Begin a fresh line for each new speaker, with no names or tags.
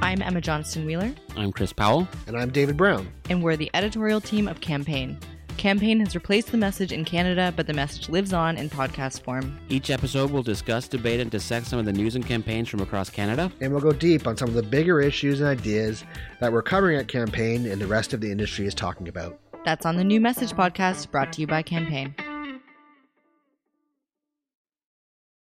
I'm Emma Johnston Wheeler,
I'm Chris Powell.
And I'm David Brown.
and we're the editorial team of Campaign. Campaign has replaced the message in Canada, but the message lives on in podcast form.
Each episode will discuss, debate, and dissect some of the news and campaigns from across Canada.
And we'll go deep on some of the bigger issues and ideas that we're covering at Campaign and the rest of the industry is talking about.
That's on the New Message podcast brought to you by Campaign.